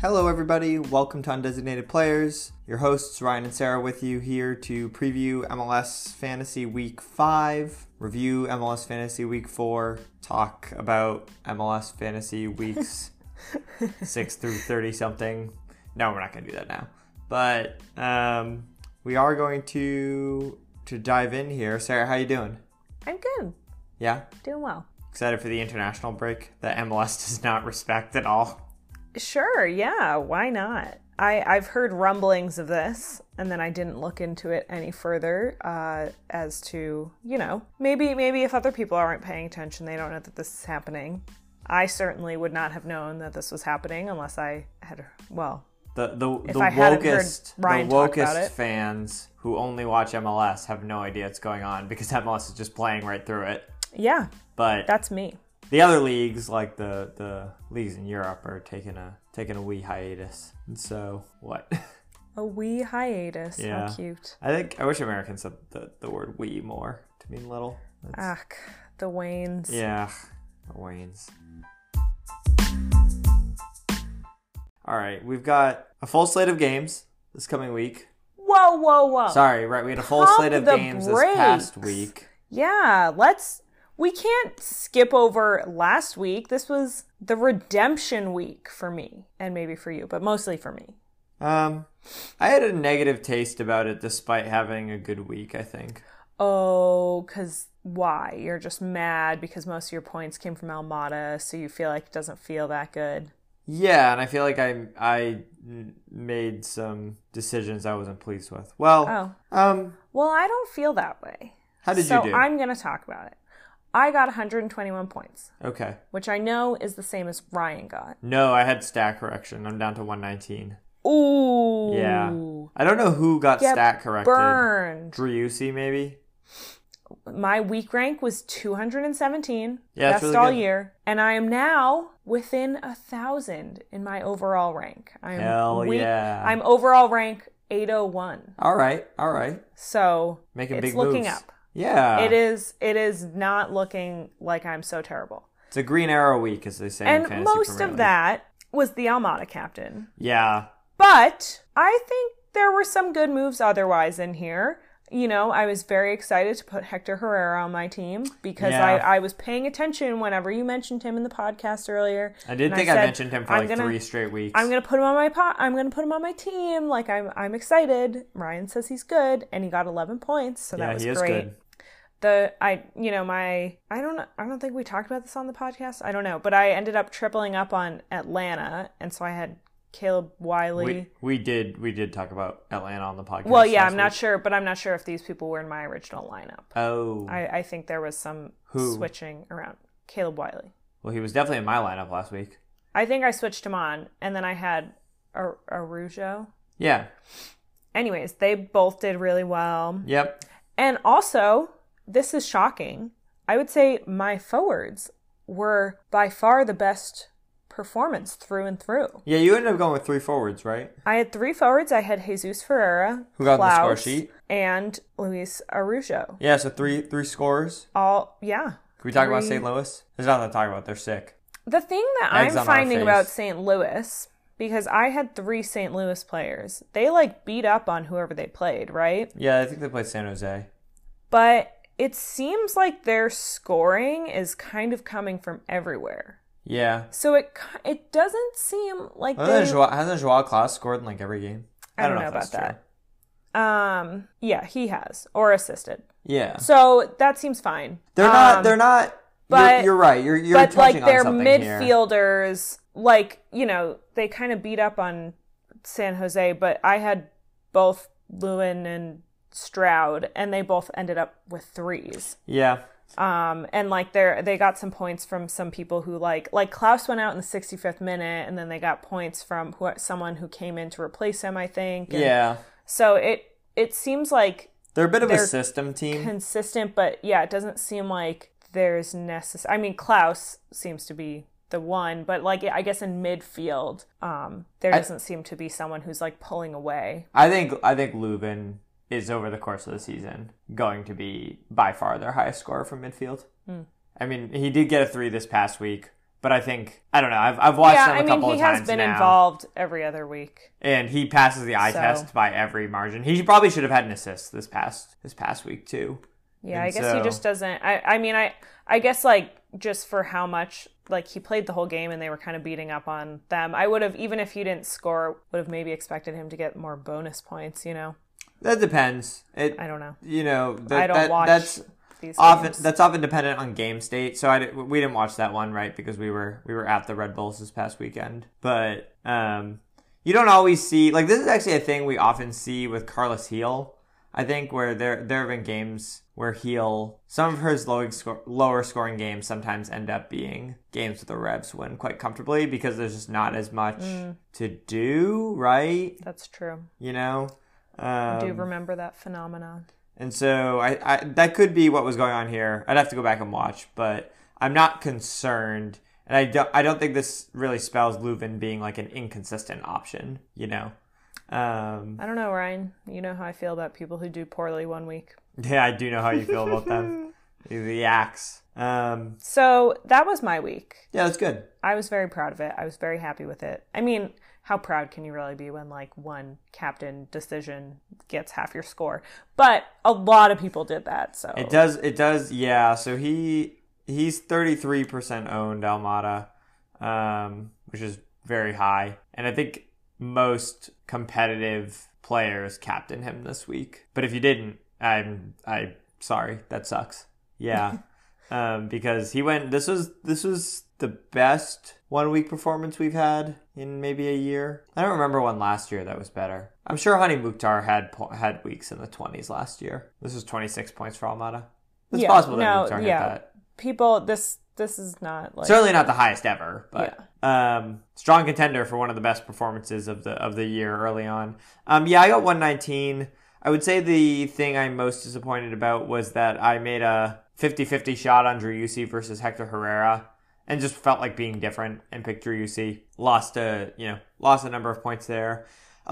Hello, everybody. Welcome to Undesignated Players. Your hosts, Ryan and Sarah, with you here to preview MLS Fantasy Week 5, review MLS Fantasy Week 4, talk about MLS Fantasy Weeks 6 through 30 something. No, we're not going to do that now. But um, we are going to to dive in here. Sarah, how you doing? I'm good. Yeah? Doing well. Excited for the international break that MLS does not respect at all. Sure, yeah, why not? I, I've heard rumblings of this, and then I didn't look into it any further uh, as to, you know, maybe maybe if other people aren't paying attention, they don't know that this is happening. I certainly would not have known that this was happening unless I had, well, The the, the I hadn't heard wokest Ryan the talk about wokest it. fans who only watch MLS have no idea what's going on because MLS is just playing right through it. yeah, But that's me. the other leagues, like the the leagues in Europe, are taking a taking a wee hiatus. And so what? A wee hiatus. Yeah. How cute. I think I wish Americans said the, the word "wee" more to mean little. That's- Ach, the Waynes. Yeah, the Waynes. All right, we've got a full slate of games this coming week. Whoa, whoa, whoa. Sorry, right? We had a full Pump slate of the games this past brakes. week. Yeah, let's. We can't skip over last week. This was the redemption week for me, and maybe for you, but mostly for me. Um, I had a negative taste about it, despite having a good week. I think. Oh, because why? You're just mad because most of your points came from Almada, so you feel like it doesn't feel that good. Yeah, and I feel like I I mm, made some decisions I wasn't pleased with. Well, Oh, um, well, I don't feel that way. how did so you do? I'm going to talk about it. I got 121 points, okay. which I know is the same as Ryan got. No, I had stat correction. I'm down to 119. Ooh. I don't know who got Get stat corrected. Burned. Driussi, maybe. my week rank was 217 Yeah, that's best really all good. year and i am now within a thousand in my overall rank i'm Hell week- yeah. i'm overall rank 801 All right, all right. so Making it's big looking moves. up Yeah, it is it is not looking like i'm so terrible It's a green arrow week, as they say. in and Fantasy most Premier of League. that was the almada captain Yeah, But I think there were some good moves otherwise in here. You know, I was very excited to put Hector Herrera on my team because Yeah. I, I was paying attention whenever you mentioned him in the podcast earlier. I did And think I, said, mentioned him for I'm like gonna- three straight weeks. I'm gonna put him on my pot. I'm gonna put him on my team. Like I'm, I'm excited. Ryan says he's good, and he got 11 points, so yeah, that was he is great good. the I you know my I don't know- I don't think we talked about this on the podcast. I don't know, but I ended up tripling up on Atlanta, and so I had Caleb Wiley. We, we did we did talk about Atlanta on the podcast. well, yeah, last I'm not week. sure, but I'm not sure if these people were in my original lineup. Oh, I, I think there was some Who? switching around. Caleb Wiley. well, he was definitely in my lineup last week. I think I switched him on, and then I had Ar- Arujo. Yeah. Anyways, they both did really well. Yep. And also, this is shocking. I would say my forwards were by far the best performance through and through. Yeah, you ended up going with three forwards, right? I had three forwards. I had Jesus Ferreira, Who got on the score Klaus, sheet? and Luis Arujo. Yeah, so three three scores. All yeah. Can we talk about Three- St. Louis? There's nothing to talk about. They're sick. The thing that Eggs on I'm our finding face. about St. Louis because I had three St. Louis players. They like beat up on whoever they played, right? Yeah, I think they played San Jose. But it seems like their scoring is kind of coming from everywhere. Yeah. So it ki- it doesn't seem like Hasn't they, Joao, hasn't Joao Klaus scored in like every game? I don't know if that's about that. um yeah he has or assisted. true. Yeah. So that seems fine. They're not. Um, they're not. you're, but- you're right. You're you're but like touching their on something here. midfielders, like you know they kind of beat up on San Jose, but I had both Lewin and Stroud, and they both ended up with threes. Yeah. Um, and like they they got some points from some people who like like Klaus went out in the 65th minute, and then they got points from who, someone who came in to replace him, I think. and- Yeah. So it it seems like They're a bit of a They're system team. consistent, but yeah, it doesn't seem like there's necessary. I mean, Klaus seems to be the one, but like I guess in midfield, um, there I- doesn't seem to be someone who's like pulling away. I think I think Lubin is over the course of the season going to Hmm. be by far their highest scorer from midfield. I mean, he did get a three this past week. But I think I don't know. I've I've watched him yeah, a I mean, couple he of has times been now, involved every other week. and he passes the eye So- test by every margin. He probably should have had an assist this past this past week too. Yeah, I And guess he so- just doesn't. I, I mean, I, I guess like just for how much like he played the whole game and they were kind of beating up on them. I would have even if he didn't score, would have maybe expected him to get more bonus points. You know, That depends. It I don't know. you know that, I don't that- watch that's These often games. that's often dependent on game state. So I di- we didn't watch that one right because we were we were at the Red Bulls this past weekend. But um, you don't always see like this is actually a thing we often see with Carlos Heel. I think where there there have been games where Heel some of his low sco- lower scoring games sometimes end up being games that the Revs win quite comfortably because there's just not as much to do, right? that's true. You know. I do Um, remember that phenomenon. and so I, I that could be what was going on here. I'd have to go back and watch, but I'm not concerned. And I don't I don't think this really spells Leuven being like an inconsistent option, you know. Um I don't know, Ryan. You know how I feel about people who do poorly one week. yeah, I do know how you feel about them. The axe. Um So that was my week. yeah, that's good. I was very proud of it. I was very happy with it. I mean, how proud can you really be when like one captain decision gets half your score? But a lot of people did that. So It does it does yeah, so he he's 33% owned Almada, um which is very high. And I think most competitive players captain him this week. But if you didn't, I'm I sorry, that sucks. Yeah. um because he went this was this was the best one week performance we've had in maybe a year. I don't remember one last year that was better. I'm sure Honey Mukhtar had po- had weeks in the 20s last year. This was 26 points for Almada. It's Yeah, possible that no, Mukhtar hit yeah. that. people this this is not like Certainly not the highest ever, but um, strong contender for one of the best performances of the of the year early on. Um, yeah, I got 119. I would say the thing I'm most disappointed about was that I made a 50-50 shot on Drew Yussi versus Hector Herrera, and just felt like being different and picked Drew Yussi. Lost a you know lost a number of points there.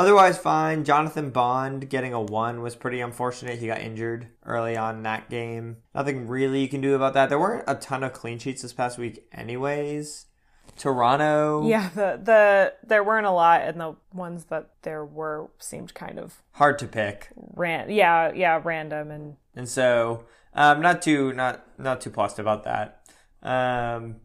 Otherwise, fine. Jonathan Bond getting a one was pretty unfortunate. He got injured early on in that game. Nothing really you can do about that. There weren't a ton of clean sheets this past week, anyways. Toronto, yeah, the the there weren't a lot, and the ones that there were seemed kind of hard to pick. ran yeah yeah random and and so um, not too not not too plussed about that. Um,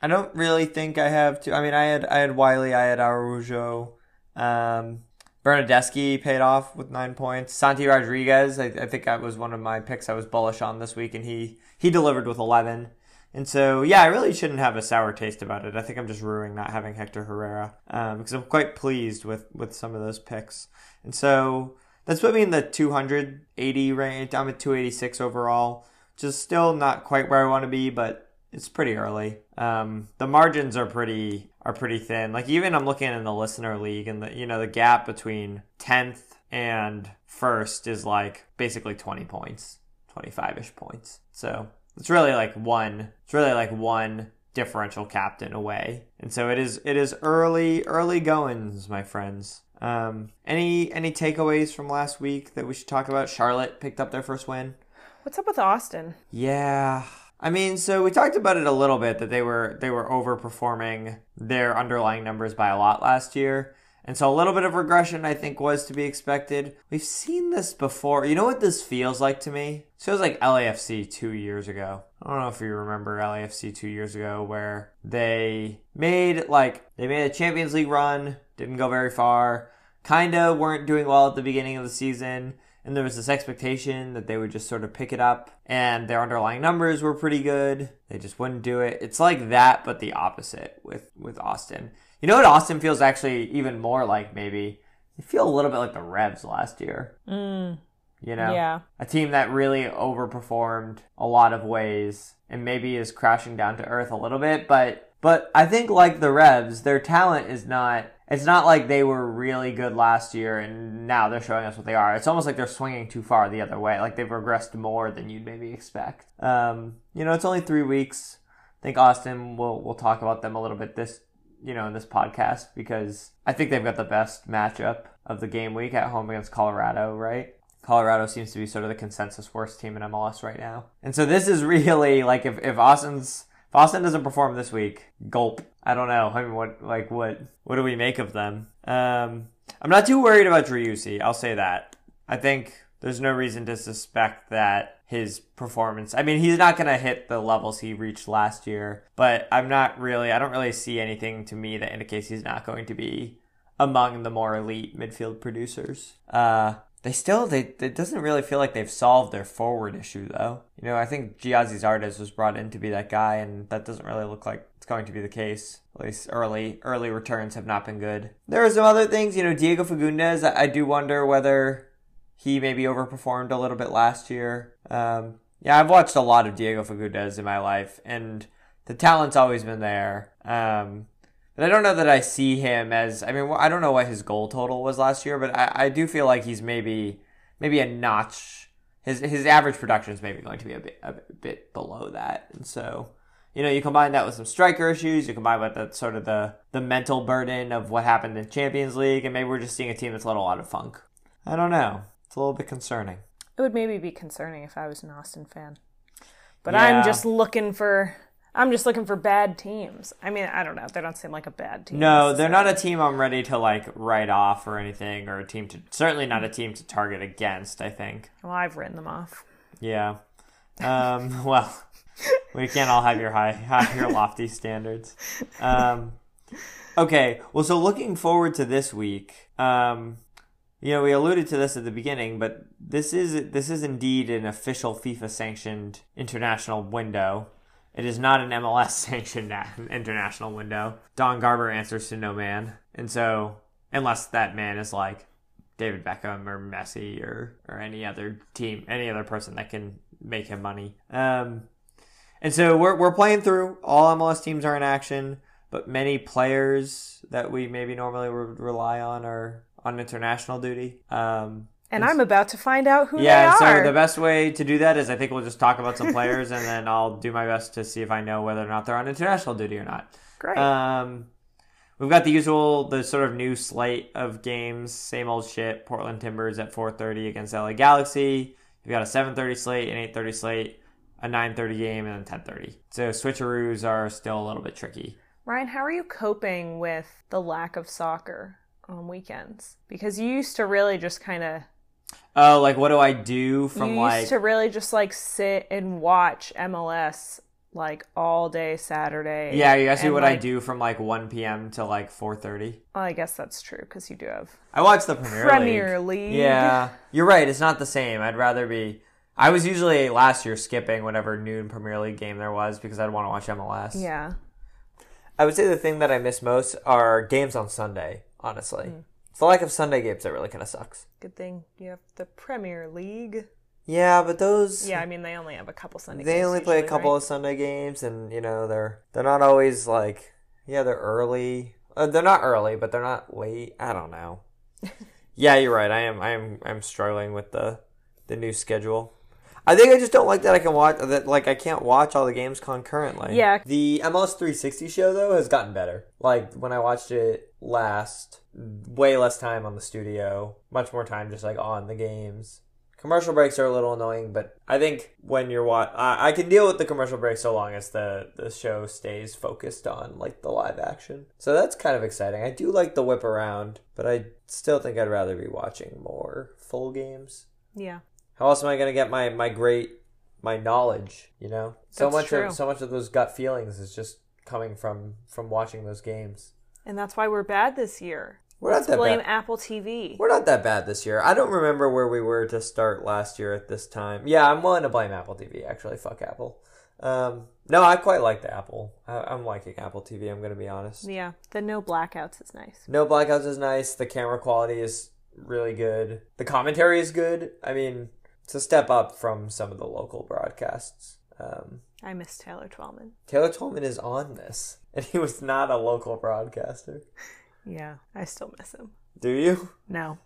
I don't really think I have to. I mean, I had I had Wiley, I had Arujo, um, Bernadeschi paid off with nine points. Santi Rodriguez, I, I think that was one of my picks I was bullish on this week, and he he delivered with eleven. And so, yeah, I really shouldn't have a sour taste about it. I think I'm just ruining not having Hector Herrera um, because I'm quite pleased with, with some of those picks. And so that's put me in the 280 range. I'm at 286 overall, which is still not quite where I want to be, but it's pretty early. Um, the margins are pretty are pretty thin. Like even I'm looking in the listener league, and the you know the gap between 10th and first is like basically 20 points. 25 ish points. So it's really like one, it's really like one differential captain away. And so it is, it is early, early goings, my friends. Um, any, any takeaways from last week that we should talk about? Charlotte picked up their first win. what's up with Austin? Yeah. I mean, so we talked about it a little bit that they were they were overperforming their underlying numbers by a lot last year. And so a little bit of regression I think was to be expected. We've seen this before. You know what this feels like to me? This feels like LAFC 2 years ago. I don't know if you remember LAFC 2 years ago where they made like they made a Champions League run, didn't go very far kinda weren't doing well at the beginning of the season, and there was this expectation that they would just sort of pick it up, and their underlying numbers were pretty good. They just wouldn't do it. It's like that, but the opposite with with Austin. You know what Austin feels actually even more like maybe? They feel a little bit like the Revs last year. Mm, You know? yeah, a team that really overperformed a lot of ways and maybe is crashing down to earth a little bit but but i think like the revs their talent is not it's not like they were really good last year and now they're showing us what they are it's almost like they're swinging too far the other way like they've regressed more than you'd maybe expect um, you know it's only three weeks i think austin will will talk about them a little bit this you know, in this podcast because I think they've got the best matchup of the game week at home against Colorado, right? Colorado seems to be sort of the consensus worst team in MLS right now. And so this is really like if, if Austin's if Boston doesn't perform this week. Gulp. I don't know. I mean, what like what what do we make of them? Um, I'm not too worried about Driussi. I'll say that. I think there's no reason to suspect that his performance. I mean, he's not going to hit the levels he reached last year, but I'm not really. I don't really see anything to me that indicates he's not going to be among the more elite midfield producers. Uh, they still they it doesn't really feel like they've solved their forward issue though. You know, I think Giazzi Zardes was brought in to be that guy, and that doesn't really look like it's going to be the case. At least early early returns have not been good. There are some other things, you know, Diego Fagundes. I, I do wonder whether he maybe overperformed a little bit last year. Um, yeah, I've watched a lot of Diego Fagundes in my life, and the talent's always been there. Um, but I don't know that I see him as. I mean, I don't know what his goal total was last year, but I, I do feel like he's maybe maybe a notch. His his average production is maybe going to be a bit a bit below that, and so you know you combine that with some striker issues, you combine with that sort of the the mental burden of what happened in Champions League, and maybe we're just seeing a team that's let a lot of funk. I don't know. It's a little bit concerning. It would maybe be concerning if I was an Austin fan. But Yeah. I'm just looking for I'm just looking for bad teams. I mean, I don't know. They don't seem like a bad team. No, they're not a team I'm ready to like write off or anything, or a team to certainly not a team to target against. I think. Well, I've written them off. Yeah. Um, well, we can't all have your high, high your lofty standards. Um, okay. Well, so looking forward to this week. Um, you know, we alluded to this at the beginning, but this is this is indeed an official FIFA sanctioned international window. It is not an MLS sanctioned na- international window. Don Garber answers to no man, and so unless that man is like David Beckham or Messi or or any other team, any other person that can make him money. Um, and so we're we're playing through. All MLS teams are in action, but many players that we maybe normally would rely on are on international duty. Um, And I'm about to find out who yeah, and they are. so the best way to do that is I think we'll just talk about some players, and then I'll do my best to see if I know whether or not they're on international duty or not. Great. Um, we've got the usual, the sort of new slate of games, same old shit. Portland Timbers at 4:30 against LA Galaxy. You've got a 7:30 slate, an 8:30 slate, a 9:30 game, and then 10:30. So switcheroos are still a little bit tricky. Ryan, how are you coping with the lack of soccer on weekends? Because you used to really just kind of Oh, like what do I do from you like? used to really just like sit and watch MLS like all day Saturday. yeah, you asked me and, what I like- do from like 1 p.m. to like 4:30. Well, I guess that's true because you do have I watch the Premier, Premier League. Yeah, you're right. It's not the same. I'd rather be. I was usually last year skipping whatever noon Premier League game there was because I'd want to watch MLS. Yeah. I would say the thing that I miss most are games on Sunday, honestly. Hmm. It's the lack of Sunday games that really kind of sucks. Good thing you have the Premier League. Yeah, but those Yeah, I mean they only have a couple Sunday they games only play a usually, couple right? of Sunday games and you know they're they're not always like yeah, they're early. Uh, they're not early, but they're not late. I don't know. yeah, you're right. I am I am I'm struggling with the the new schedule. I think I just don't like that I can watch that like I can't watch all the games concurrently. Yeah. The MLS 360 show though has gotten better. Like when I watched it last, way less time on the studio, much more time just like on the games. Commercial breaks are a little annoying, but I think when you're watch, I, I can deal with the commercial breaks so long as the the show stays focused on like the live action. So that's kind of exciting. I do like the whip around, but I still think I'd rather be watching more full games. Yeah. How else am I going to get my my great my knowledge? You know, so That's much true. of so much of those gut feelings is just coming from from watching those games. And that's why we're bad this year. We're not that Blame bad. Apple TV. We're not that bad this year. I don't remember where we were to start last year at this time. Yeah, I'm willing to blame Apple TV. Actually, fuck Apple. Um, no, I quite like the Apple. I, I'm liking Apple TV. I'm going to be honest. Yeah. The no blackouts is nice. No blackouts is nice. The camera quality is really good. The commentary is good. I mean, it's a step up from some of the local broadcasts. Um, I miss Taylor Twellman. Taylor Tolman is on this, and he was not a local broadcaster. Yeah. I still miss him. Do you? No.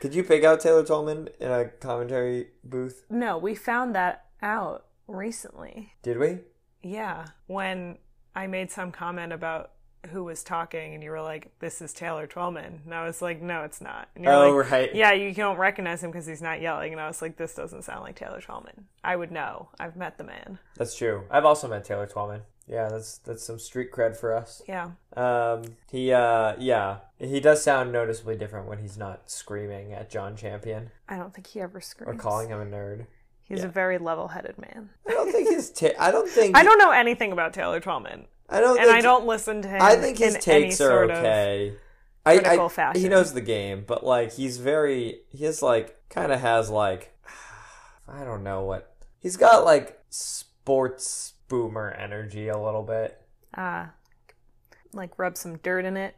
Could you pick out Taylor Tolman in a commentary booth? No, we found that out recently. Did we? Yeah. When I made some comment about who was talking, and you were like, "This is Taylor Twellman," and I was like, "No, it's not." And you're Oh, like, right. Yeah, you don't recognize him because he's not yelling, and I was like, "This doesn't sound like Taylor Twellman." I would know. I've met the man. That's true. I've also met Taylor Twellman. Yeah, that's that's some street cred for us. Yeah, Um, he uh, yeah, he does sound noticeably different when he's not screaming at John Champion I don't think he ever or screams. calling him a nerd. He's a very level-headed man. I don't think his. Ta- I don't think. I don't know anything about Taylor Twellman, I don't. and think I don't listen to him. I think his in takes any are sort Of, okay. I, critical I he fashion. knows the game, but like he's very he's like kind of has like I don't know what he's got like sports boomer energy a little bit. uh, like rub some dirt in it.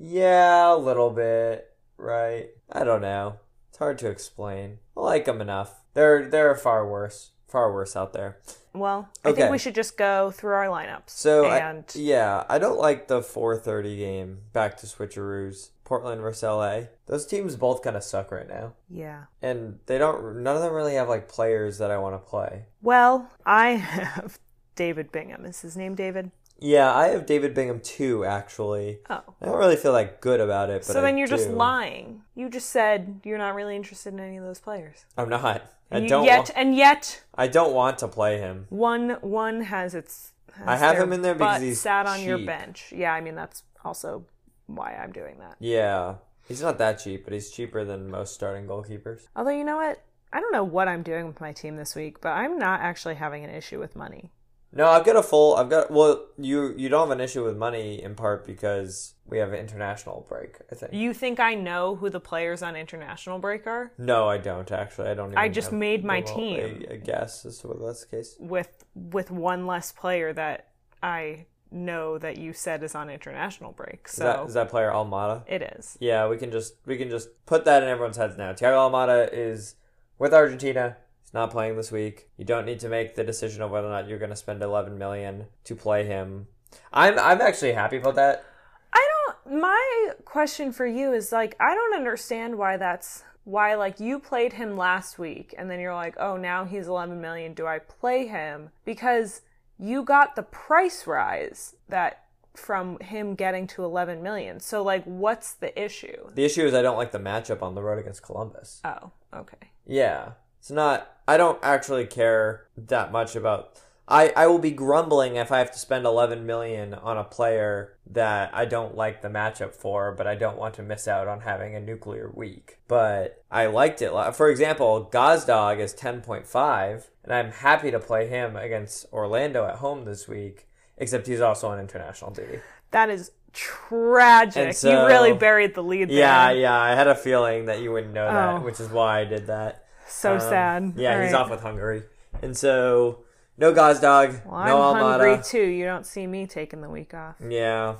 Yeah, a little bit, right? I don't know. It's hard to explain. I like them enough. There, there are far worse, far worse out there. Well, I Okay. think we should just go through our lineups. So, I- and yeah, I don't like the 4:30 game. Back to switcheroos. Portland versus LA. Those teams both kind of suck right now, yeah. and they don't. None of them really have like players that I want to play. Well, I have David Bingham. Is his name David? Yeah, I have David Bingham too. Actually, Oh. I don't really feel that good about it. But so I then you're just do. lying. You just said you're not really interested in any of those players. I'm not. I You- don't. yet wa- and yet I don't want to play him. one one has its has I have their him in there because butt he's sat on your cheap. bench. Yeah, I mean that's also why I'm doing that. Yeah. He's not that cheap, but he's cheaper than most starting goalkeepers. Although you know what? I don't know what I'm doing with my team this week, but I'm not actually having an issue with money. No, I've got a full I've got well, you you don't have an issue with money in part because we have an international break, I think. You think I know who the players on international break are? no, I don't actually. I don't even I just have made my a- team. A, a guess as to whether that's the case. with with one less player that I know that you said is on international break. Is that So is that player Almada? it is. Yeah, we can just we can just put that in everyone's heads now. Thiago Almada is with Argentina. He's not playing this week. You don't need to make the decision of whether or not you're going to spend 11 million to play him. I'm I'm actually happy about that. I don't my question for you is like I don't understand why that's why like you played him last week and then you're like, "Oh, now he's 11 million. Do I play him?" Because you got the price rise that from him getting to 11 million. So like what's the issue? The issue is I don't like the matchup on the road against Columbus. Oh, okay. Yeah. It's not I don't actually care that much about I, I will be grumbling if I have to spend 11 million on a player that I don't like the matchup for, but I don't want to miss out on having a nuclear week. But I liked it. li- For example, Gosdog is 10.5, and I'm happy to play him against Orlando at home this week, except he's also on international duty. That is tragic. And so- you really buried the lead there. Yeah, yeah, I had a feeling that you wouldn't know Oh. that, which is why I did that. So Um, sad. Yeah, All he's right. off with Hungary. And so, no Gosdog, Well, no uh, I'm hungry Almada. too. You don't see me taking the week off. Yeah.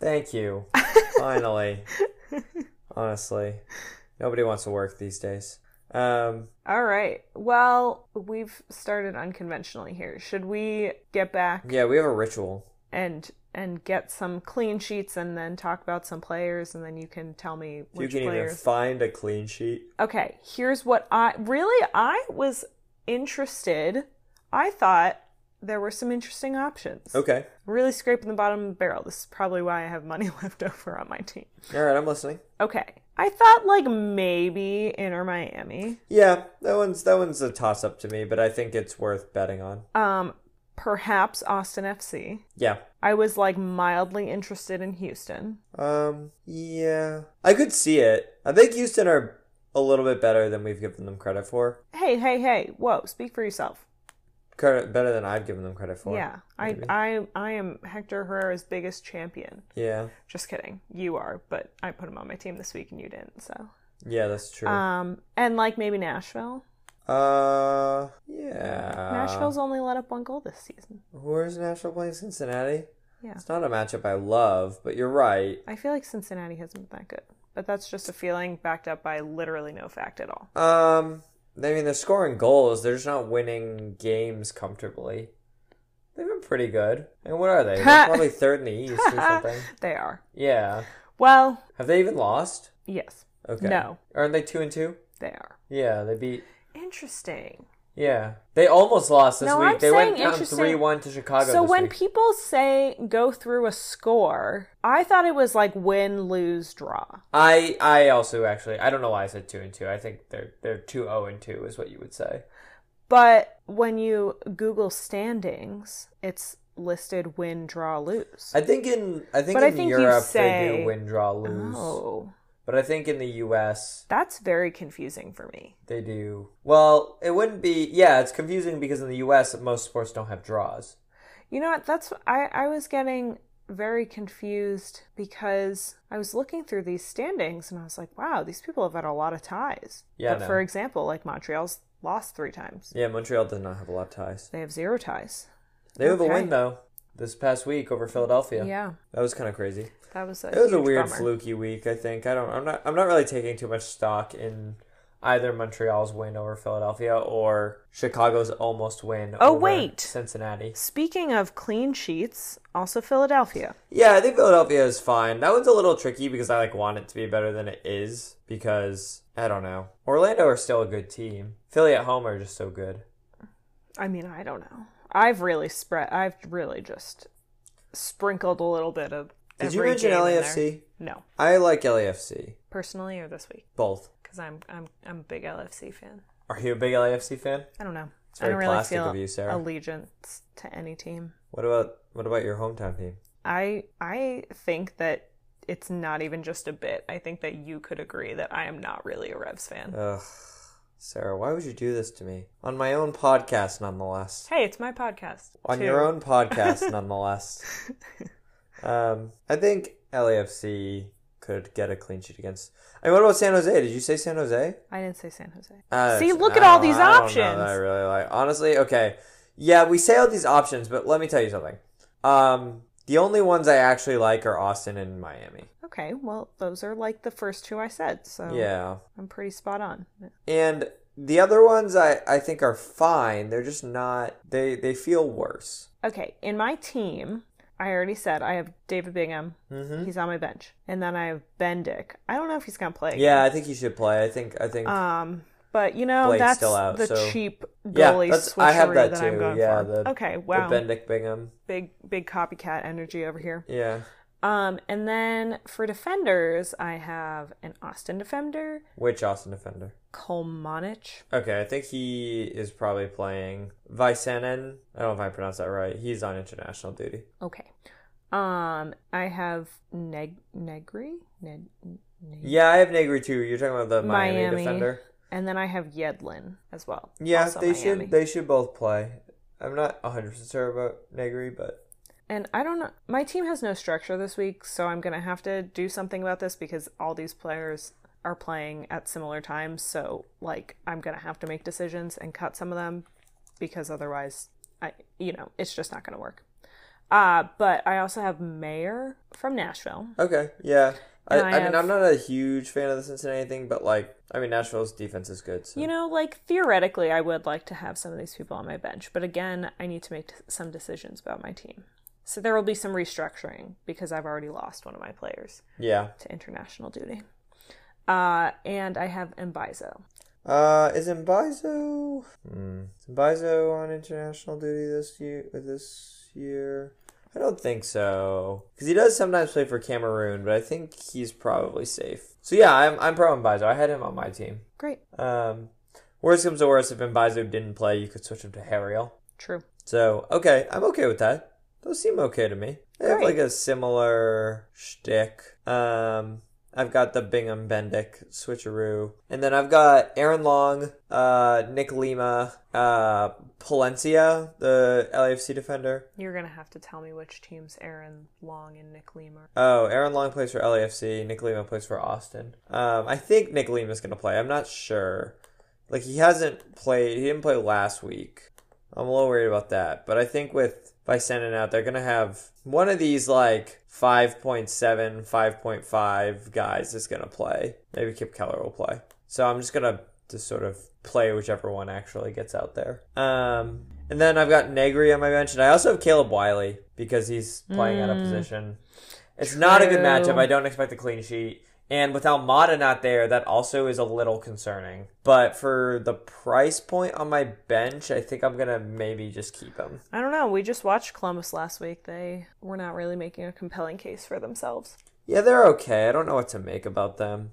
Thank you. Finally. Honestly. Nobody wants to work these days. Um, All right. Well, we've started unconventionally here. Should we get back yeah, we have a ritual. and and get some clean sheets and then talk about some players and then you can tell me If you which can even players. find a clean sheet. Okay, here's what I really I was interested. I thought there were some interesting options. Okay. Really scraping the bottom of the barrel. This is probably why I have money left over on my team. All right, I'm listening. Okay. I thought like maybe Inter Miami. Yeah, that one's that one's a toss up to me, but I think it's worth betting on. Um, perhaps Austin FC. Yeah. I was like mildly interested in Houston. Um, yeah. I could see it. I think Houston are a little bit better than we've given them credit for. Hey, hey, hey! Whoa, speak for yourself. credit better than I've given them credit for. yeah, I, I, I am Hector Herrera's biggest champion. Yeah. Just kidding, you are, but I put him on my team this week and you didn't. So, Yeah, that's true. Uh, um, and like maybe Nashville. Uh, yeah. Nashville's only let up one goal this season. Where's Nashville playing Cincinnati? Yeah. It's not a matchup I love, but you're right. I feel like Cincinnati hasn't been that good, but that's just a feeling backed up by literally no fact at all. Um, I mean, they're scoring goals. They're just not winning games comfortably. They've been pretty good. And what are they? They're probably third in the East or something. Ah, They are. Yeah. Well, Have they even lost? yes, Okay. No. Aren't they two and two? they are. Yeah, they beat. Interesting. Yeah. They almost lost this No, week. I'm they went saying down interesting- 3 1 to Chicago. So this when week. people say go through a score, I thought it was like win, lose, draw. I I also actually I don't know why I said two and two. I think they're they're two zero and two is what you would say. But when you Google standings, it's listed win, draw, lose. I think in I think But I in think you Europe they say- do win draw lose, Oh, but I think in the U.S. that's very confusing for me. they do well. It wouldn't be yeah. It's confusing because in the U.S. most sports don't have draws. You know what? That's I I was getting very confused because I was looking through these standings and I was like, wow, these people have had a lot of ties. Yeah, I But know. for example, like Montreal's lost three times. Yeah, Montreal does not have a lot of ties. They have zero ties. They have Okay. a win though this past week over Philadelphia. Yeah. that was kind of crazy. That was a It was a huge weird bummer. fluky week. I think I don't. I'm not. I'm not really taking too much stock in either Montreal's win over Philadelphia or Chicago's almost win. Oh, over wait. Cincinnati. Speaking of clean sheets, also Philadelphia. Yeah, I think Philadelphia is fine. That one's a little tricky because I like want it to be better than it is because I don't know. Orlando are still a good team. Philly at home are just so good. I mean, I don't know. I've really spread. I've really just sprinkled a little bit of. Did every you mention game in there. LAFC? No, I like LAFC. personally or this week, Both. because I'm I'm I'm a big LFC fan. Are you a big LAFC fan? I don't know. It's I don't very really plastic feel of you, Sarah. allegiance to any team. What about what about your hometown team? I I think that it's not even just a bit. I think that you could agree that I am not really a Revs fan. Ugh, Sarah, why would you do this to me on my own podcast, nonetheless? hey, it's my podcast. on too. your own podcast nonetheless. um, I think LAFC could get a clean sheet against. I mean, what about San Jose? Did you say San Jose? I didn't say San Jose. Uh, See, it's- look I at all don't- these I don't know options. that I really like. Honestly, okay, yeah, we say all these options, but let me tell you something. Um, the only ones I actually like are Austin and Miami. Okay, well, those are like the first two I said, so Yeah, I'm pretty spot on. and the other ones I I think are fine. They're just not. They they feel worse. Okay, in my team, I already said I have David Bingham. Mm-hmm. He's on my bench. And then I have Bendick. I don't know if he's going to play. Yeah, I think you should play. I think I think. Um, but you know, Blake's that's still out, the so- cheap Yeah, goalie that's- switcheroo I have that I'm too, going yeah, for. the- okay, wow. The Bendick Bingham. big big copycat energy over here. Yeah. Um, and then for defenders, I have an Austin defender, Which Austin defender? Cole Monich. Okay, I think he is probably playing Vicenen. I don't know if I pronounced that right. He's on international duty. Okay. Um, I have Neg Negri, Neg, Neg- Yeah, I have Negri too. You're talking about the Miami, Miami. defender. and then I have Yedlin as well. Yeah, also they Miami. should they should both play. I'm not 100 percent sure about Negri, but And I don't know. My team has no structure this week, so I'm gonna have to do something about this because all these players are playing at similar times. So like, I'm gonna have to make decisions and cut some of them because otherwise, I you know, it's just not gonna work. Uh, but I also have Mayer from Nashville. okay, yeah. I, And I I, mean, have- I'm not a huge fan of the Cincinnati thing, but like, I mean, Nashville's defense is good. So. You know, like theoretically, I would like to have some of these people on my bench, but again, I need to make t- some decisions about my team. So there will be some restructuring because I've already lost one of my players yeah. to international duty. Uh, and I have Mbizo. Uh, is Mbizo? Hmm. Is Mbizo on international duty this year? This year, I don't think so. Because he does sometimes play for Cameroon, but I think he's probably safe. So yeah, I'm I'm pro Mbizo. I had him on my team. Great. Um, worst comes to worst, if Mbizo didn't play, you could switch him to Harriel. True. So okay, I'm okay with that. Those seem okay to me. They have Great. like a similar shtick. Um, I've got the Bingham Bendick switcheroo, and then I've got Aaron Long, uh, Nick Lima, uh, Palencia, the LAFC defender. You're going to have to tell me which teams Aaron Long and Nick Lima are. Oh, Aaron Long plays for LAFC. Nick Lima plays for Austin. Um, I think Nick Lima's gonna play. I'm not sure. Like he hasn't played. He didn't play last week. I'm a little worried about that. But I think with Vicenten out, they're gonna have one of these like 5.7, 5.5 guys is gonna play. Maybe Kip Keller will play. So I'm just gonna just sort of play whichever one actually gets out there. Um, and then I've got Negri on my bench, and I also have Caleb Wiley because he's playing out of position. It's not a good True. matchup. I don't expect a clean sheet. And with Almada not there, that also is a little concerning. But for the price point on my bench, I think I'm going to maybe just keep him. I don't know. We just watched Columbus last week. They were not really making a compelling case for themselves. Yeah, they're okay. I don't know what to make about them.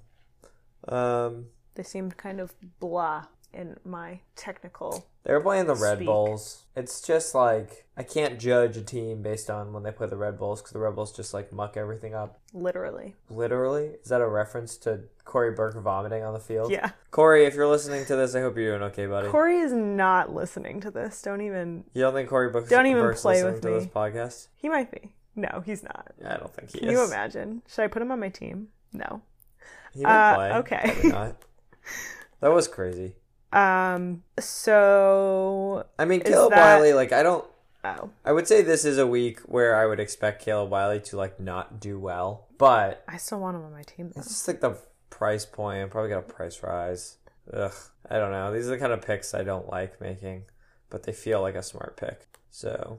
Um, They seemed kind of blah in my technical. They're playing the Red Speak. Bulls. It's just like I can't judge a team based on when they play the Red Bulls because the Red Bulls just like muck everything up. Literally. Literally, is that a reference to Corey Burke vomiting on the field? Yeah. Corey, if you're listening to this, I hope you're doing okay, buddy. Corey is not listening to this. Don't even. you don't think Corey Burke Don't even Burke's play listening with to me. this podcast? He might be. No, he's not. I don't think he Can is. you imagine? Should I put him on my team? No. He might Uh, play. okay. Probably not. That was crazy. Um. So. I mean, Is Caleb that- Wiley, like I don't. Oh, I would say this is a week where I would expect Caleb Wiley to like not do well, but I still want him on my team. Though. It's just like the price point. I'm probably gonna price rise. Ugh, I don't know. These are the kind of picks I don't like making, but they feel like a smart pick. So,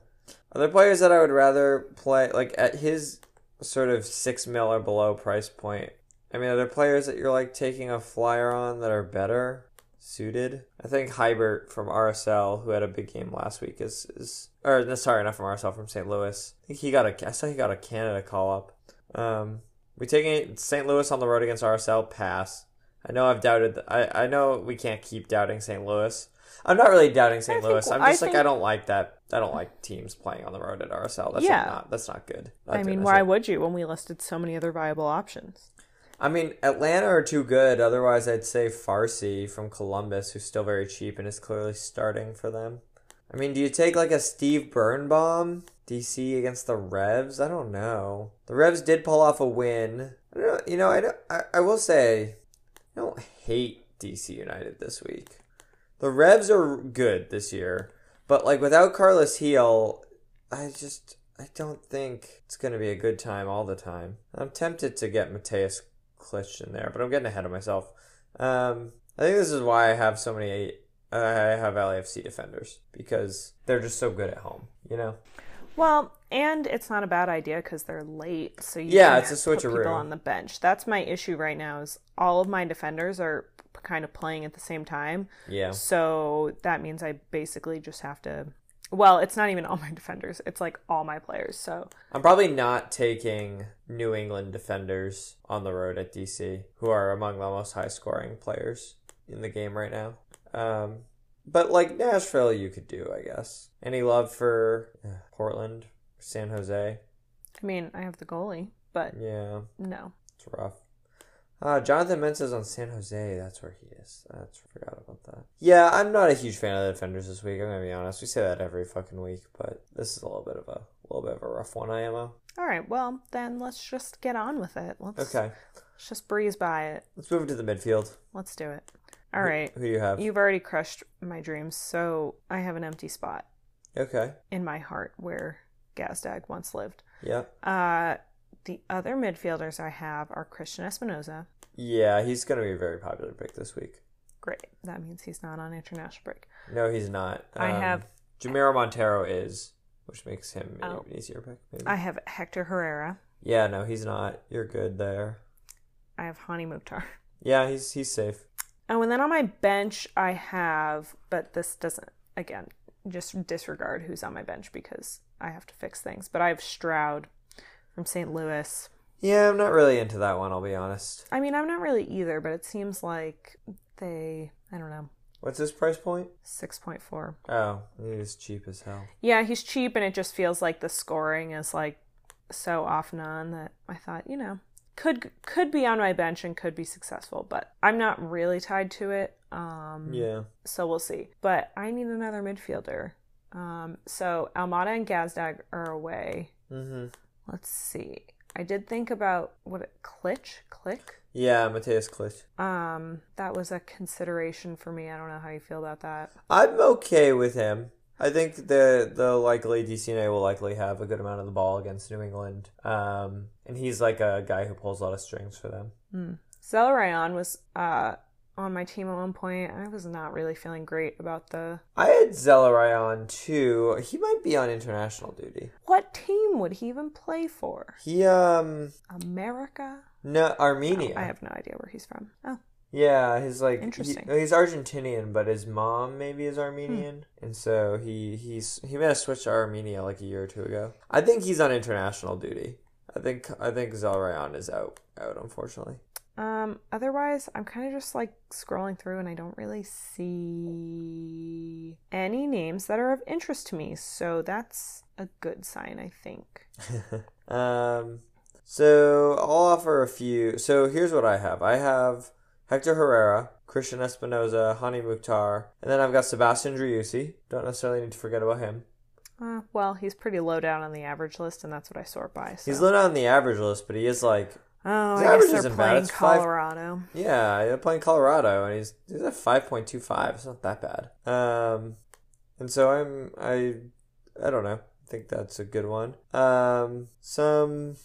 other players that I would rather play, like at his sort of six mil or below price point. I mean, are there players that you're like taking a flyer on that are better suited? I think Hybert from RSL, who had a big game last week, is is or no, sorry, not from RSL, from St. Louis. I think he got a. I saw he got a Canada call up. Um, we taking St. Louis on the road against RSL. Pass. I know I've doubted. th- I I know we can't keep doubting St. Louis. I'm not really doubting St. I think- Louis. I'm I just like think- I don't like that. I don't like teams playing on the road at RSL. That's Yeah. like not. That's not good. I Not mean, doing why us would you when we listed so many other viable options? I mean, Atlanta are too good. Otherwise, I'd say Farsi from Columbus, who's still very cheap and is clearly starting for them. I mean, do you take like a Steve Birnbaum DC against the Revs? I don't know. The Revs did pull off a win. I don't know, you know, I, don't, I I will say, I don't hate DC United this week. The Revs are good this year, but like without Carlos Heel, I just I don't think it's going to be a good time all the time. I'm tempted to get Mateus Klitsch in there, but I'm getting ahead of myself. Um, I think this is why I have so many. I have LAFC defenders because they're just so good at home. You know. Well, and it's not a bad idea because they're late, so you Yeah, can it's a put people switcheroo. on the bench. That's my issue right now. Is all of my defenders are p- kind of playing at the same time, Yeah. so that means I basically just have to. Well, it's not even all my defenders. It's like all my players. So I'm probably not taking New England defenders on the road at DC, who are among the most high scoring players in the game right now. Um, but like Nashville, you could do, I guess. Any love for uh, Portland, San Jose? I mean, I have the goalie, but Yeah, no. it's rough. Uh, Jonathan Mensa's on San Jose. That's where he is. That's forgot about that. Yeah, I'm not a huge fan of the defenders this week. I'm gonna be honest. We say that every fucking week, but this is a little bit of a little bit of a rough one, IMO. All right, well then let's just get on with it. Let's, Okay, let's just breeze by it. let's move into the midfield. Let's do it. All right. Who do you have? You've already crushed my dreams, so I have an empty spot Okay. in my heart where Gazdag once lived. Yeah. Uh, the other midfielders I have are Christian Espinoza. Yeah, he's going to be a very popular pick this week. Great. That means he's not on international break. No, he's not. I have- Jamiro Montero is, which makes him maybe Oh. an easier pick. Maybe. I have Hector Herrera. Yeah, no, he's not. You're good there. I have Hani Mukhtar. Yeah, he's he's safe. Oh, and then on my bench I have, but this doesn't, again, just disregard who's on my bench because I have to fix things. But I have Stroud from St. Louis. Yeah, I'm not really into that one. I'll be honest. I mean, I'm not really either, but it seems like they, I don't know, What's his price point? 6.4. Oh, he's cheap as hell. Yeah, he's cheap, and it just feels like the scoring is like so off and on that I thought, you know, could could be on my bench and could be successful, but I'm not really tied to it. Um, Yeah. so we'll see. But I need another midfielder. Um, so Almada and Gazdag are away. Mm-hmm. Let's see. I did think about what Klitsch, Click. Yeah, Mateus Klitsch. Um, that was a consideration for me. I don't know how you feel about that. I'm okay with him. I think the the likely DCNA will likely have a good amount of the ball against New England. Um, and he's like a guy who pulls a lot of strings for them. Celerion was uh on my team at one point. I was not really feeling great about the. I had Zellery on too. He might be on international duty. What team would he even play for? He um America? no Armenia. I have no idea where he's from. Oh, Yeah, he's like he- Interesting. he's Argentinian, but his mom maybe is Armenian, Hmm. and so he he's he made a switch to Armenia like a year or two ago. I think he's on international duty. I think I think Zelrayon is out out unfortunately. Um, otherwise, I'm kind of just like scrolling through and I don't really see any names that are of interest to me. So that's a good sign, I think. um, so I'll offer a few. So here's what I have. I have Hector Herrera, Christian Espinoza, Hani Mukhtar, and then I've got Sebastian Driussi. Don't necessarily need to forget about him. Uh, well, he's pretty low down on the average list, and that's what I sort by. So. He's lit on the average list, but he is like oh, his I average guess they're isn't bad. playing It's five- Colorado. Yeah, they're playing Colorado, and he's he's at five point two five. It's not that bad. Um, and so I'm I I don't know. I think that's a good one. Um, some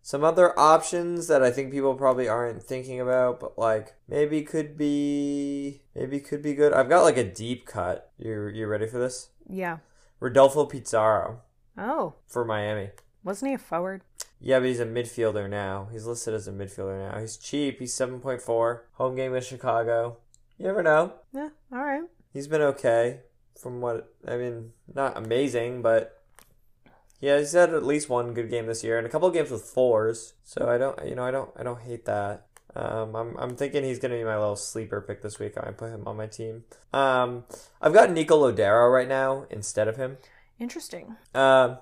some other options that I think people probably aren't thinking about, but like maybe could be maybe could be good. I've got like a deep cut. You you ready for this? Yeah. Rodolfo Pizarro Oh, for Miami. wasn't he a forward? Yeah, but he's a midfielder now. He's listed as a midfielder now. He's cheap. He's 7.4. Home game in Chicago. You never know. Yeah. All right. He's been okay from what I mean, not amazing, but yeah, he's had at least one good game this year and a couple of games with fours. So I don't, you know, I don't I don't hate that. Um, I'm, I'm thinking he's going to be my little sleeper pick this week. I might put him on my team. Um, I've got Nico Lodero right now instead of him. Interesting. Um,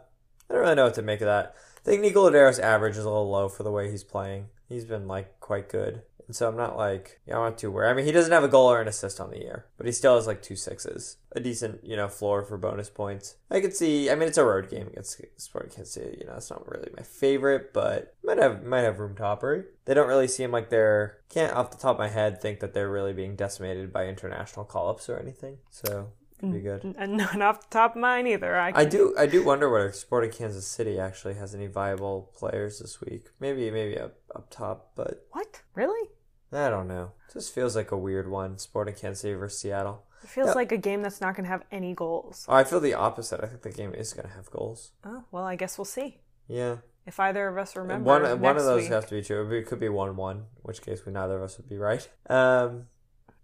I don't really know what to make of that. I think Nico Lodero's average is a little low for the way he's playing. He's been like quite good, and so I'm not like yeah, I'm not too worried. I mean, he doesn't have a goal or an assist on the year, but he still has like two sixes, a decent you know floor for bonus points. I could see. I mean, it's a road game against Sporting Kansas City. You know, it's not really my favorite, but might have might have room to operate. They don't really seem like they're can't off the top of my head think that they're really being decimated by international call ups or anything. So it'd be good. And not off the top of mine either. I, I do I do wonder whether Sporting Kansas City actually has any viable players this week. Maybe maybe up up top, but What? Really? I don't know. This feels like a weird one. Sporting Kansas City versus Seattle. It feels Yeah. like a game that's not going to have any goals. Oh, I feel the opposite. I think the game is going to have goals. Oh, well, I guess we'll see. Yeah, If either of us remember, one next one of those week. has to be true. It could be one one, in which case we neither of us would be right. Um,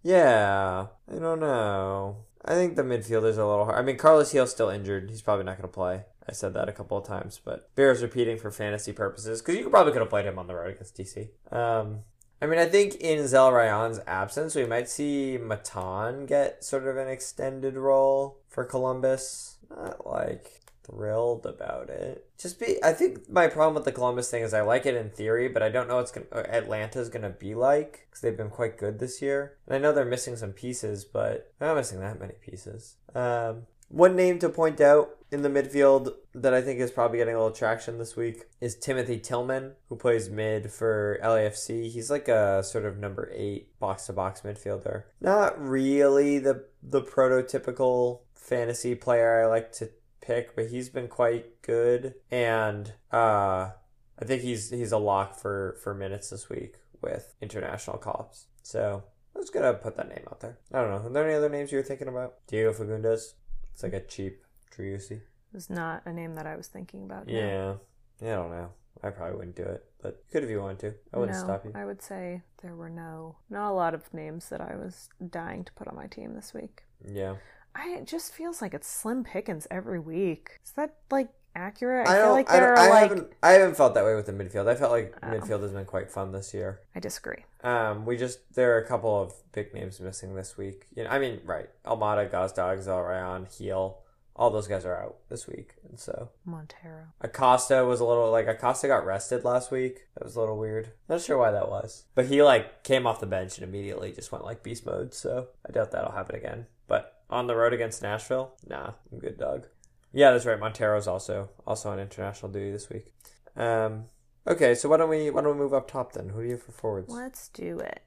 yeah, I don't know. I think the midfielders are a little hard. I mean, Carlos Hill's still injured. He's probably not going to play. I said that a couple of times, but bears repeating for fantasy purposes because you probably could have played him on the road against DC. Um, I mean, I think in Zel Ryan's absence, we might see Matan get sort of an extended role for Columbus. Not like thrilled about it. Just be. I think my problem with the Columbus thing is I like it in theory, but I don't know what's gonna, uh, Atlanta's going to be like because they've been quite good this year, and I know they're missing some pieces, but they're not missing that many pieces. Um, one name to point out in the midfield that I think is probably getting a little traction this week is Timothy Tillman, who plays mid for LAFC. He's like a sort of number eight box to box midfielder. Not really the the prototypical fantasy player I like to pick, but he's been quite good. And uh, I think he's he's a lock for for minutes this week with international cops. So I was gonna put that name out there. I don't know. Are there any other names you were thinking about? Diego Fagundes. It's like a cheap Triusi. It was not a name that I was thinking about. no. Yeah. I don't know. I probably wouldn't do it, but you could if you wanted to. I wouldn't no, stop you. I would say there were no, not a lot of names that I was dying to put on my team this week. Yeah. I it just feels like it's slim pickings every week. Is that like accurate? I, I, feel don't. like I, there don't, are I like. haven't. I haven't felt that way with the midfield. I felt like Oh. midfield has been quite fun this year. I disagree. Um, we just there are a couple of big names missing this week. You know, I mean, right? Almada, Gazdag, Zelrayon, Heel, all those guys are out this week, and so Montero. Acosta was a little like Acosta got rested last week. That was a little weird. Not sure why that was, but he like came off the bench and immediately just went like beast mode. So I doubt that'll happen again. But on the road against Nashville, nah, I'm good, dog. Yeah, that's right. Montero's also also on international duty this week. Um, okay, so why don't we why don't we move up top then? Who do you have for forwards? Let's do it.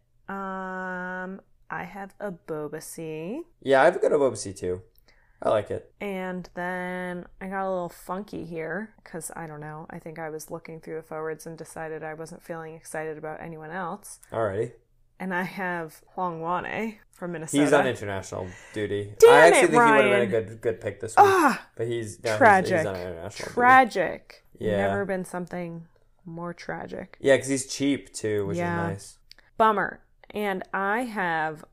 Um, I have a Bobasi, Yeah, I've got a Bobsey too. I like it. and then I got a little funky here because I don't know. I think I was looking through the forwards and decided I wasn't feeling excited about anyone else. Alrighty. and I have Hongwane from Minnesota. He's on international duty. Damn I actually it, think he would Ryan. Ah, have been a good good pick this week. but he's no, he's- He's, tragic. on international. duty. tragic. Yeah. Never been something more tragic. Yeah, because he's cheap too, which Yeah. is nice. Bummer. And I have,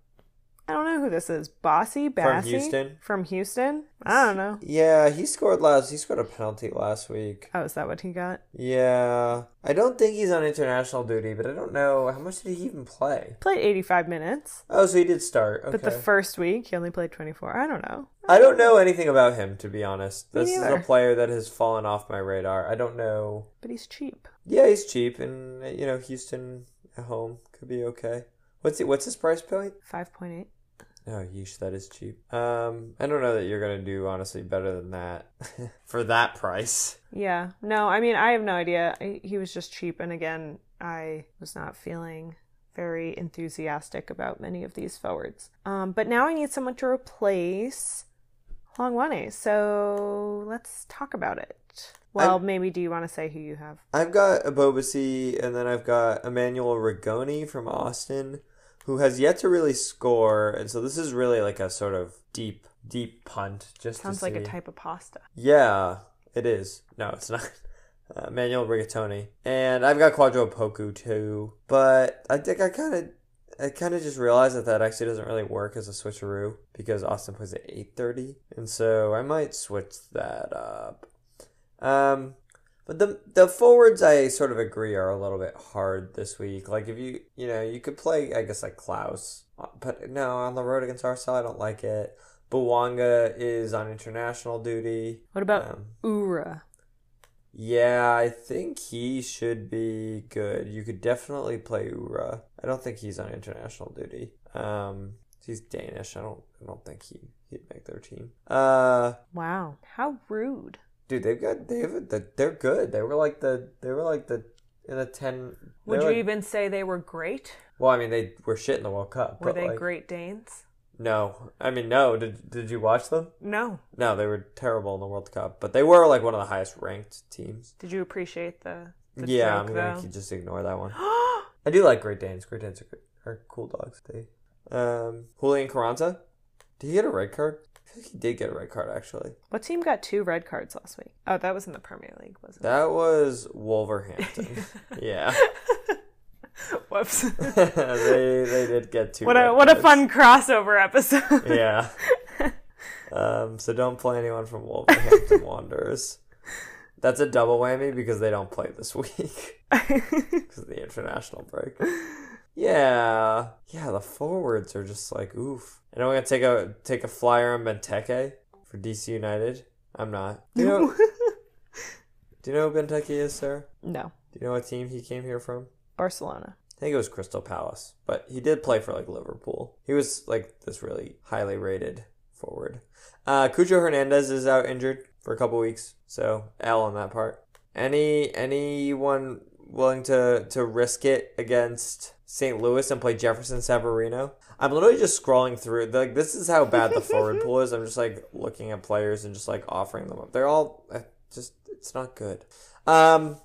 I don't know who this is. Bossy Bassy Houston? From Houston. I don't know. Yeah, he scored last. He scored a penalty last week. Oh, is that what he got? Yeah, I don't think he's on international duty, but I don't know how much did he even play. Played 85 minutes, Oh, so he did start. Okay. but the first week he only played 24. I don't know. I don't know anything about him to be honest. Me This is a neither. player that has fallen off my radar. I don't know. But he's cheap. Yeah, he's cheap, and uh, you know Houston at home could be okay. What's he, what's his price point? 5.8. Oh, yeesh, that is cheap. Um, I don't know that you're gonna do honestly better than that for that price. Yeah. No, I mean, I have no idea. I- He was just cheap. And again, I was not feeling very enthusiastic about many of these forwards. Um, but now I need someone to replace Longwane. So let's talk about it. Well, maybe do you want to say who you have? I've got Abobasi, and then I've got Emmanuel Rigoni from Austin, who has yet to really score, and so this is really like a sort of deep, deep punt. Just to Sounds like a see. type of pasta. Yeah, it is. No, it's not. Uh, Emmanuel Rigatoni, and I've got Quadro Poku too. But I think I kind of. I kind of just realized that that actually doesn't really work as a switcheroo because Austin plays at 8:30, and so I might switch that up. Um, but the the forwards I sort of agree are a little bit hard this week. Like if you you know you could play I guess like Klaus, Uh, but no on the road against Arsenal I don't like it. Buwanga is on international duty. What about Um, Ura? yeah, I think he should be good. You could definitely play Ura. I don't think he's on international duty. Um, he's Danish. I don't. I don't think he he'd make their team. Uh, Wow. How rude. dude, they've got they've the- they're good. They were like the they were like the in the ten. they Would were you like- even say they were great? Well, I mean, they were shit in the World Cup. Were but, they like, Great Danes? No, I mean, no. Did did you watch them? No. No, they were terrible in the World Cup, but they were like one of the highest ranked teams. Did you appreciate the, the yeah, I'm joke, gonna though? keep- just ignore that one. I do like Great Danes. Great Danes are, good, are cool dogs. They, um, Julian Carranza, did he get a red card? I think he did get a red card actually. What team got two red cards last week? Oh, that was in the Premier League, wasn't it? That was Wolverhampton. yeah, Whoops. they they did get two. what a red what a cards. fun crossover episode. Yeah. um. So don't play anyone from Wolverhampton Wanderers. That's a double whammy because they don't play this week. because of the international break. Yeah, yeah. The forwards are just like oof. And I'm gonna take a take a flyer on Benteke for DC United. I'm not. Do you know? do you know who Benteke is, sir? no, Do you know what team he came here from? Barcelona. I think it was Crystal Palace, but he did play for like Liverpool. He was like this really highly rated forward. Uh, Cujo Hernandez is out injured for a couple weeks, so L on that part. Any anyone willing to to risk it against St. Louis and play Jefferson Severino? I'm literally just scrolling through. Like this is how bad the forward pool is. I'm just like looking at players and just like offering them up. They're all uh, just it's not good. Um,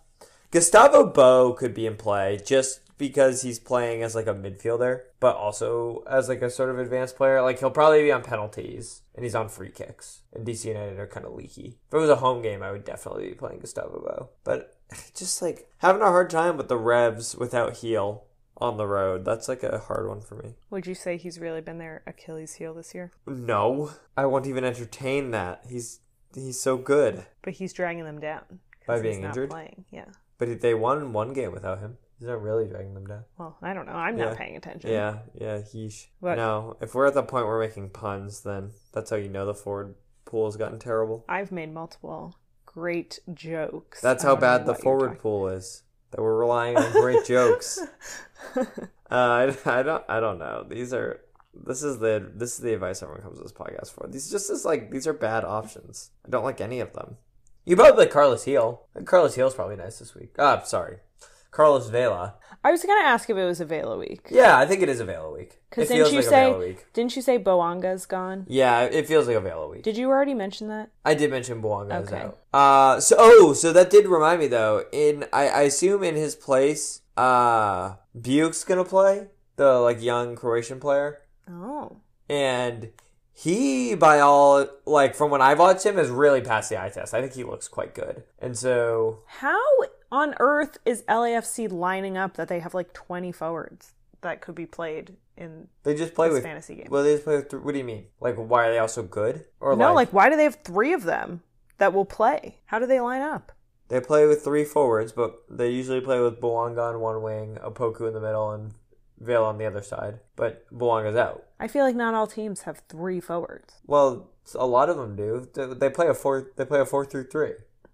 Gustavo Bo could be in play just because he's playing as like a midfielder, but also as like a sort of advanced player. Like he'll probably be on penalties and he's on free kicks. And DC United are kind of leaky. If it was a home game, I would definitely be playing Gustavo Bo. But just like having a hard time with the Revs without heel on the road. That's like a hard one for me. Would you say he's really been their Achilles heel this year? No, I won't even entertain that. He's he's so good. But he's dragging them down 'cause By he's being not injured? Playing, yeah. But they won one game without him. He's not really dragging them down. Well, I don't know. I'm Yeah. not paying attention. Yeah, yeah, yeesh. What- No, if we're at the point we're making puns, then that's how you know the forward pool has gotten terrible. I've made multiple great jokes. That's I how don't know bad the what you're forward pool is. That we're relying on great jokes. Uh, I, I don't, I don't know. These are, this is the, this is the advice everyone comes to this podcast for. These just is like these are bad options. I don't like any of them. You both like Carlos Heel. Carlos Heel's probably nice this week. Ah, sorry, Carlos Vela. talking- I was gonna ask if it was a Vela week. Yeah, I think it is a Vela week. It Because feels didn't like you a Vela say week. didn't you say Boanga's gone? Yeah, it feels like a Vela week. Did you already mention that? I did mention Buonga Okay. out. Uh so oh, so that did remind me though. In I, I assume in his place, uh Buick's gonna play the like young Croatian player, Oh. and he, by all like from when I've watched him, has really passed the eye test. I think he looks quite good, and so How on earth is LAFC lining up that they have like 20 forwards that could be played in they just play It's with fantasy game. Well, they just play with. Th- what do you mean? Like, why are they also good? Or No, like like why do they have 3 of them that will play? How do they line up? They play with three forwards, but they usually play with Belonga on one wing, Opoku in the middle, and Vale on the other side. But Belonga's out. I feel like not all teams have 3 forwards. Well, a lot of them do. They- They play a four. They play a four through three.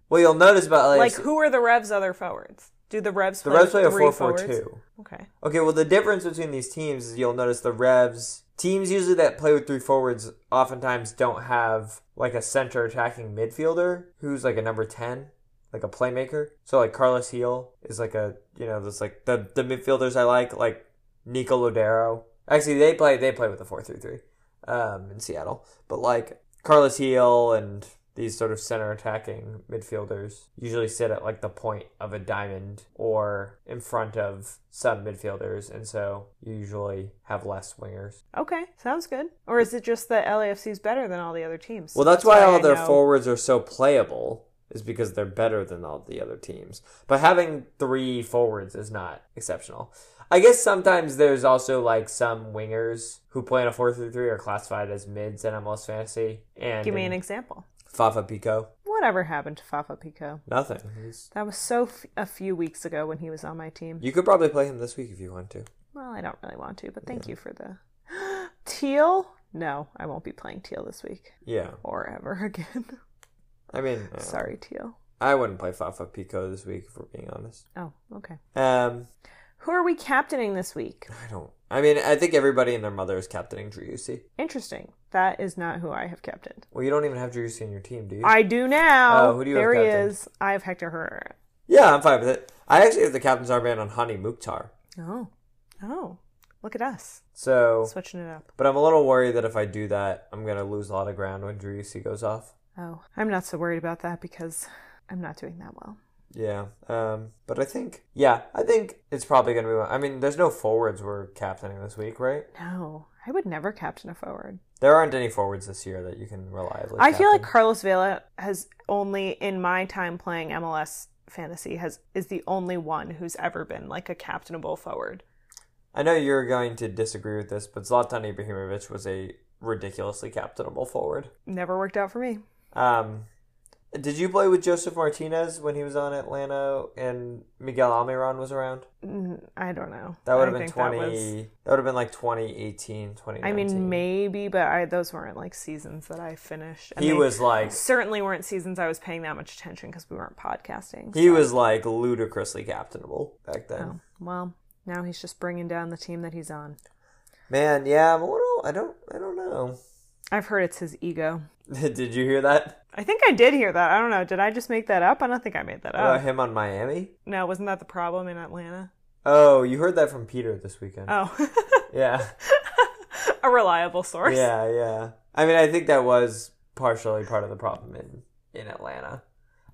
Well, you'll notice about Like like, who are the Revs other forwards? Do the Revs the play Revs play a with four four three forwards? two. Okay. Okay, well, the difference between these teams is you'll notice the Revs teams usually that play with three forwards oftentimes don't have like a center attacking midfielder who's like a number ten, like a playmaker. So like Carlos Heel is like a you know this like the the midfielders I like like Nico Lodero. Actually, they play they play with the four three three um, in Seattle, but like Carlos Heel and these sort of center attacking midfielders usually sit at like the point of a diamond or in front of some midfielders, and so you usually have less wingers. Okay, sounds good. Or is it just that LAFC is better than all the other teams? Well, that's why why all I their know. forwards are so playable is because they're better than all the other teams. But having three forwards is not exceptional. I guess sometimes there's also like some wingers who play in a 4-3-3 are classified as mids in MLS fantasy and Give me in an example. Fafa Pico. Whatever happened to Fafa Pico? Nothing. He's- That was so f- a few weeks ago when he was on my team. You could probably play him this week if you want to. Well, I don't really want to, but thank you for the teal. No, I won't be playing teal this week Yeah. or ever again. I mean, uh, Sorry, teal. I wouldn't play Fafa Pico this week if we're being honest. Oh, okay. Um, Who are we captaining this week? I don't. I mean, I think everybody and their mother is captaining Driussi. Interesting. That is not who I have captained. Well, you don't even have Driussi in your team, do you? I do now. Oh, who do you have there he captained? is. I have Hector Herrera. Yeah, I'm fine with it. I actually have the captain's armband on Hani Mukhtar. Oh, oh, look at us So, switching it up. but I'm a little worried that if I do that, I'm going to lose a lot of ground when Driussi goes off. Oh, I'm not so worried about that because I'm not doing that well. Yeah. Um, but I think, yeah, I think it's probably going to be. I mean, there's no forwards we're captaining this week, right? No, I would never captain a forward. There aren't any forwards this year that you can reliably. I feel like captain. Carlos Vela has only in my time playing MLS fantasy has is the only one who's ever been like a captainable forward. I know you're going to disagree with this, but Zlatan Ibrahimovic was a ridiculously captainable forward. Never worked out for me. Um, did you play with Joseph Martinez when he was on Atlanta and Miguel Almiron was around? Mm, I don't know. That would I have been think that 20. That, was- would have been like 2018, 2019. I mean, maybe, but I those weren't like seasons that I finished. he they was like certainly weren't seasons I was paying that much attention because we weren't podcasting. he so- was like ludicrously captainable back then. Oh, well, now he's just bringing down the team that he's on. Man, yeah, I'm a little. I don't. I don't know. I've heard it's his ego. did you hear that I think I did hear that. I don't know. Did I just make that up? I don't think I made that about up. him on Miami? No, wasn't that the problem in Atlanta? Oh, you heard that from Peter this weekend. Oh, Yeah. a reliable source. Yeah, yeah. I mean, I think that was partially part of the problem in in Atlanta.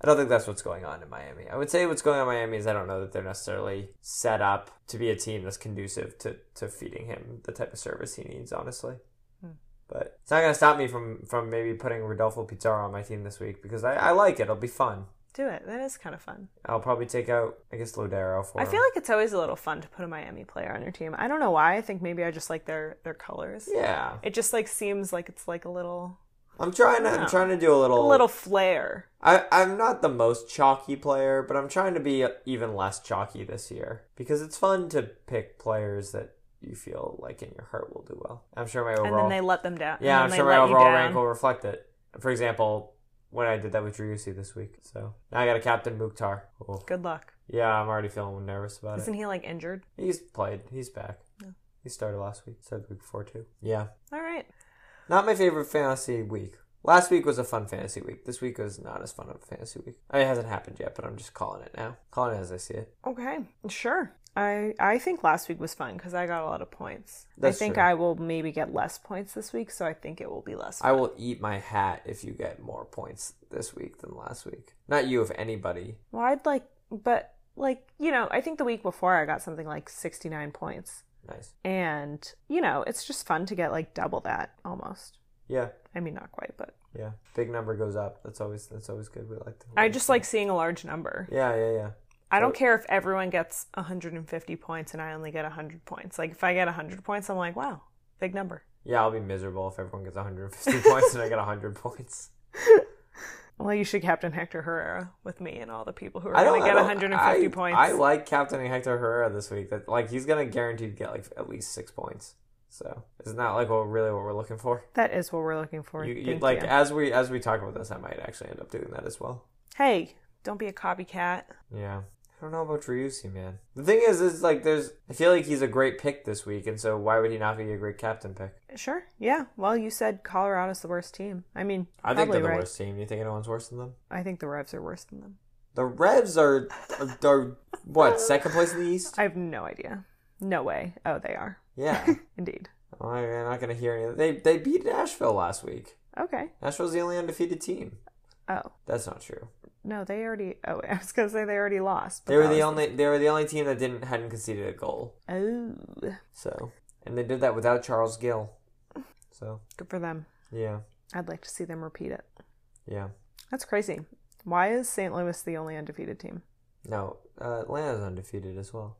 I don't think that's what's going on in Miami. I would say what's going on in Miami is I don't know that they're necessarily set up to be a team that's conducive to, to feeding him the type of service he needs, honestly. Hmm. But it's not going to stop me from, from maybe putting Rodolfo Pizarro on my team this week because I, I like it. It'll be fun. Do it. That is kind of fun. I'll probably take out, I guess, Lodero for I him. feel like it's always a little fun to put a Miami player on your team. I don't know why. I think maybe I just like their their colors. Yeah. It just like seems like it's like a little I'm trying to, I'm Yeah. trying to do a a little. little flair. I, I'm not the most chalky player, but I'm trying to be uh, even less chalky this year because it's fun to pick players that you feel like in your heart will do well. I'm sure my And overall, then they let them down. yeah, I'm and then sure they my let you overall down. rank will reflect it. For example, when I did that with Driussi this week, so now I got a captain Mukhtar. Oh. Good luck. Yeah, I'm already feeling nervous about Isn't he like injured? it. He's played. He's back. He started last week. Started the week before too. Yeah, All right. not my favorite fantasy week. Last week was a fun fantasy week. This week was not as fun of a fantasy week. I mean, it hasn't happened yet, but I'm just calling it now. Calling it as I see it. Okay. Sure. I I think last week was fun because I got a lot of points. That's I think true. I will maybe get less points this week, so I think it will be less. Fun. I will eat my hat if you get more points this week than last week. Not you, if anybody. Well, I'd like, but like you know, I think the week before I got something like sixty nine points. Nice. And, you know, it's just fun to get like double that almost. Yeah. I mean, not quite, but Yeah. Big number goes up. That's always that's always good. We like to. I just like seeing a large number. Yeah, yeah, yeah. I don't care if everyone gets 150 points and I only get 100 points. Like, if I get 100 points, I'm like, wow, big number. Yeah, I'll be miserable if everyone gets 150 points and I get 100 points. Well, you should Captain Hector Herrera with me and all the people who are I don't going to get I don't- 150 I- points. I like Captain Hector Herrera this week. That like he's gonna guaranteed get like at least six points. So isn't that like what really what we're looking for? that is what we're looking for. You, you Thank like you. as we as we talk about this, I might actually end up doing that as well. hey, don't be a copycat. Yeah. I don't know about Driussi, man. The thing is, is like there's. I feel like he's a great pick this week, and so why would he not be a great captain pick? Sure. Yeah. Well, you said Colorado's the worst team. I mean, I think probably they're the right. worst team. You think anyone's worse than them? I think the Revs are worse than them. The Revs are are, are what second place in the East? I have no idea. No way. Oh, they are. Yeah. Indeed. Oh, you're not gonna hear any. They they beat Nashville last week. Okay. Nashville's the only undefeated team. Oh. That's not true. No, they already. Oh, I was gonna say they already lost. but They were that the was- only they were the only team that didn't hadn't conceded a goal. Oh, So and they did that without Charles Gill. So good for them. yeah, I'd like to see them repeat it. yeah. That's crazy. Why is St. Louis the only undefeated team? No, uh, Atlanta's undefeated as well.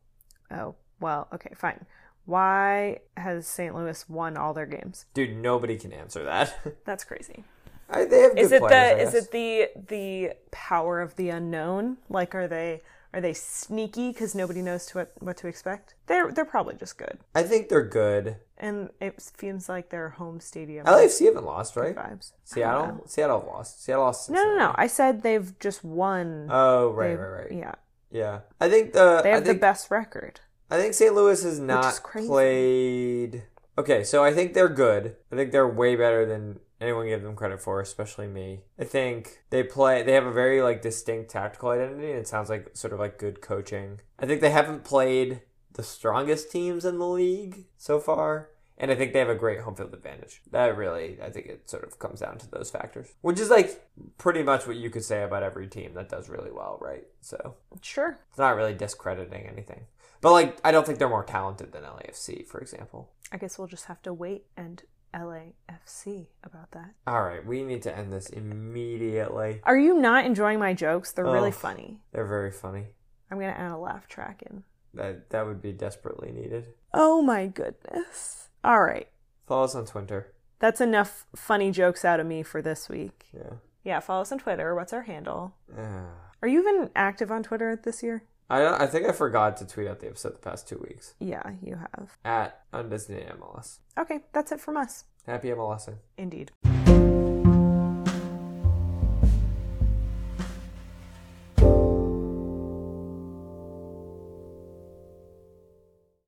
Oh, well, okay, fine. Why has St. Louis won all their games? Dude, nobody can answer that. That's crazy. I, they have good Is it players. I the is guess. it the the power of the unknown? Like, are they are they sneaky because nobody knows to what what to expect? They're they're probably just good, I think they're good. and it seems like their home stadium LAFC haven't lost, right? vibes. Seattle, Seattle have lost. Seattle lost. No, no, Cincinnati. no. I said they've just won. Oh, right, They've- right, right. Yeah. Yeah, I think the they have I think the best record. I think St. Louis has not crazy. played. Okay, so I think they're good. I think they're way better than anyone gave them credit for, especially me. I think they play. They have a very like distinct tactical identity, and it sounds like sort of like good coaching. I think they haven't played the strongest teams in the league so far. And I think they have a great home field advantage. That really, I think it sort of comes down to those factors, which is like pretty much what you could say about every team that does really well, right? So Sure. it's not really discrediting anything. But like I don't think they're more talented than LAFC, for example. I guess we'll just have to wait and LAFC about that. All right, we need to end this immediately. Are you not enjoying my jokes? They're Oh. really funny. They're very funny. I'm gonna add a laugh track in. That that would be desperately needed. Oh my goodness. All right. Follow us on Twitter. That's enough funny jokes out of me for this week. Yeah. Yeah, follow us on Twitter. What's our handle? Ah. Are you even active on Twitter this year? I don't, I think I forgot to tweet out the episode the past two weeks Yeah, you have. at Undisney MLS. Okay, that's it from us. Happy MLSing. Indeed.